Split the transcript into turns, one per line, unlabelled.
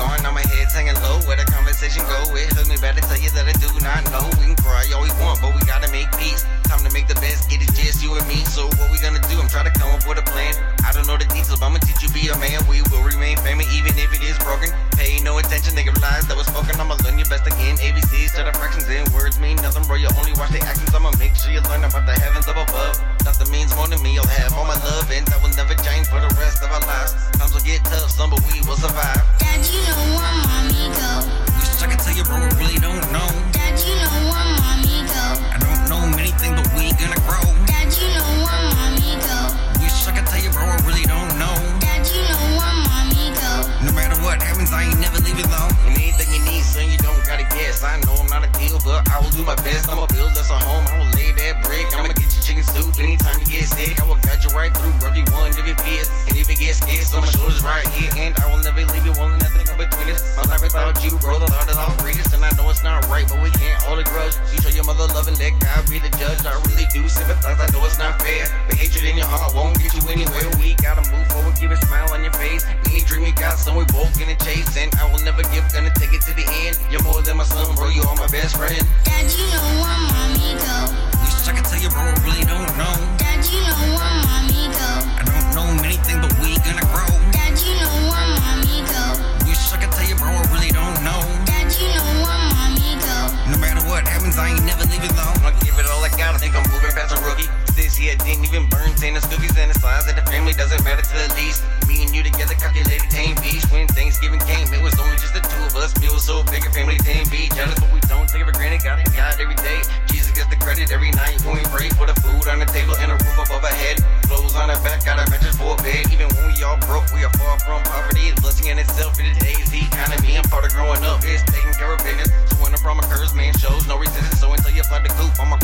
gone. Now my head's hanging low. Where the conversation go? It hurt me better tell you that I do not know. We can cry all we want, but we gotta make peace. Time to make the best. It is just you and me. So what we gonna do? I'm trying to come up with a plan. I don't know the details, but I'ma teach you be a man. We will remain family even if it is broken. Pay no attention, nigga lies that was spoken. I'ma learn your best again. ABCs to the fractions and words mean nothing, bro. You only watch the actions. I'ma make sure you learn about the heavens up above. Nothing means more to me. I'll have all my love, and that will never change for the rest of our lives. Times will get tough, some but we will survive.
Dad, you know where mommy go.
Wish I could tell you, bro, we really don't know.
Dad, you know where mommy go.
I don't know many things, but we gonna grow.
Dad, you know where mommy go.
Wish I could tell you, bro, I really don't know.
Dad, you know where mommy go.
No matter what happens, I ain't never leave you alone. And anything you need, son, you don't gotta guess. I know I'm not a deal, but I will do my best. I'ma build us a home, I will lay that brick. I'ma get you chicken soup anytime you get sick. I will guide you right through everyone if it fits. And if it gets scarce, so my shoulders right here. And I will never leave you wanting nothing in between us. My life without you, bro, the thought is all greatest. And I know it's not right, but we can't hold a grudge. You show your mother love and let God be the judge. I really do sympathize, I know it's not fair. But hatred in your heart won't get you anywhere. We gotta move forward, keep a smile on your face. We ain't dreaming God, so we both gonna chase. And I will never give, gonna take it to the end. You're more than my son, bro, you are my best friend.
Dad, you know where mommy go.
Wish I could tell you, bro, I really don't know.
Dad, you know where mommy go.
I don't know many things, but we gonna grow.
Dad, you know where mommy go.
Wish I could tell you, bro, I really don't know.
Dad, you know where mommy go.
No matter what happens, I ain't never leaving alone. I'll give it all I got. I think I'm moving past a rookie. This year didn't even burn. Saying the cookies and the signs that the family doesn't matter to the least. Me and you together, calculated tame beach. When Thanksgiving came, it was only just the two of us. Meal so big, a family tame beach. Jealous, but we don't take it for granted. God and God every day. Jesus gets the credit every night when we pray for the food on the table and a roof above our head. Clothes on our back, got a mattress for a bed. Even when we all broke, we are far from poverty. It's a blessing in itself in today's economy. I'm part of growing up. It's taking care of business. So when a problem occurs, man shows no resistance. So until you apply the coupe, I'ma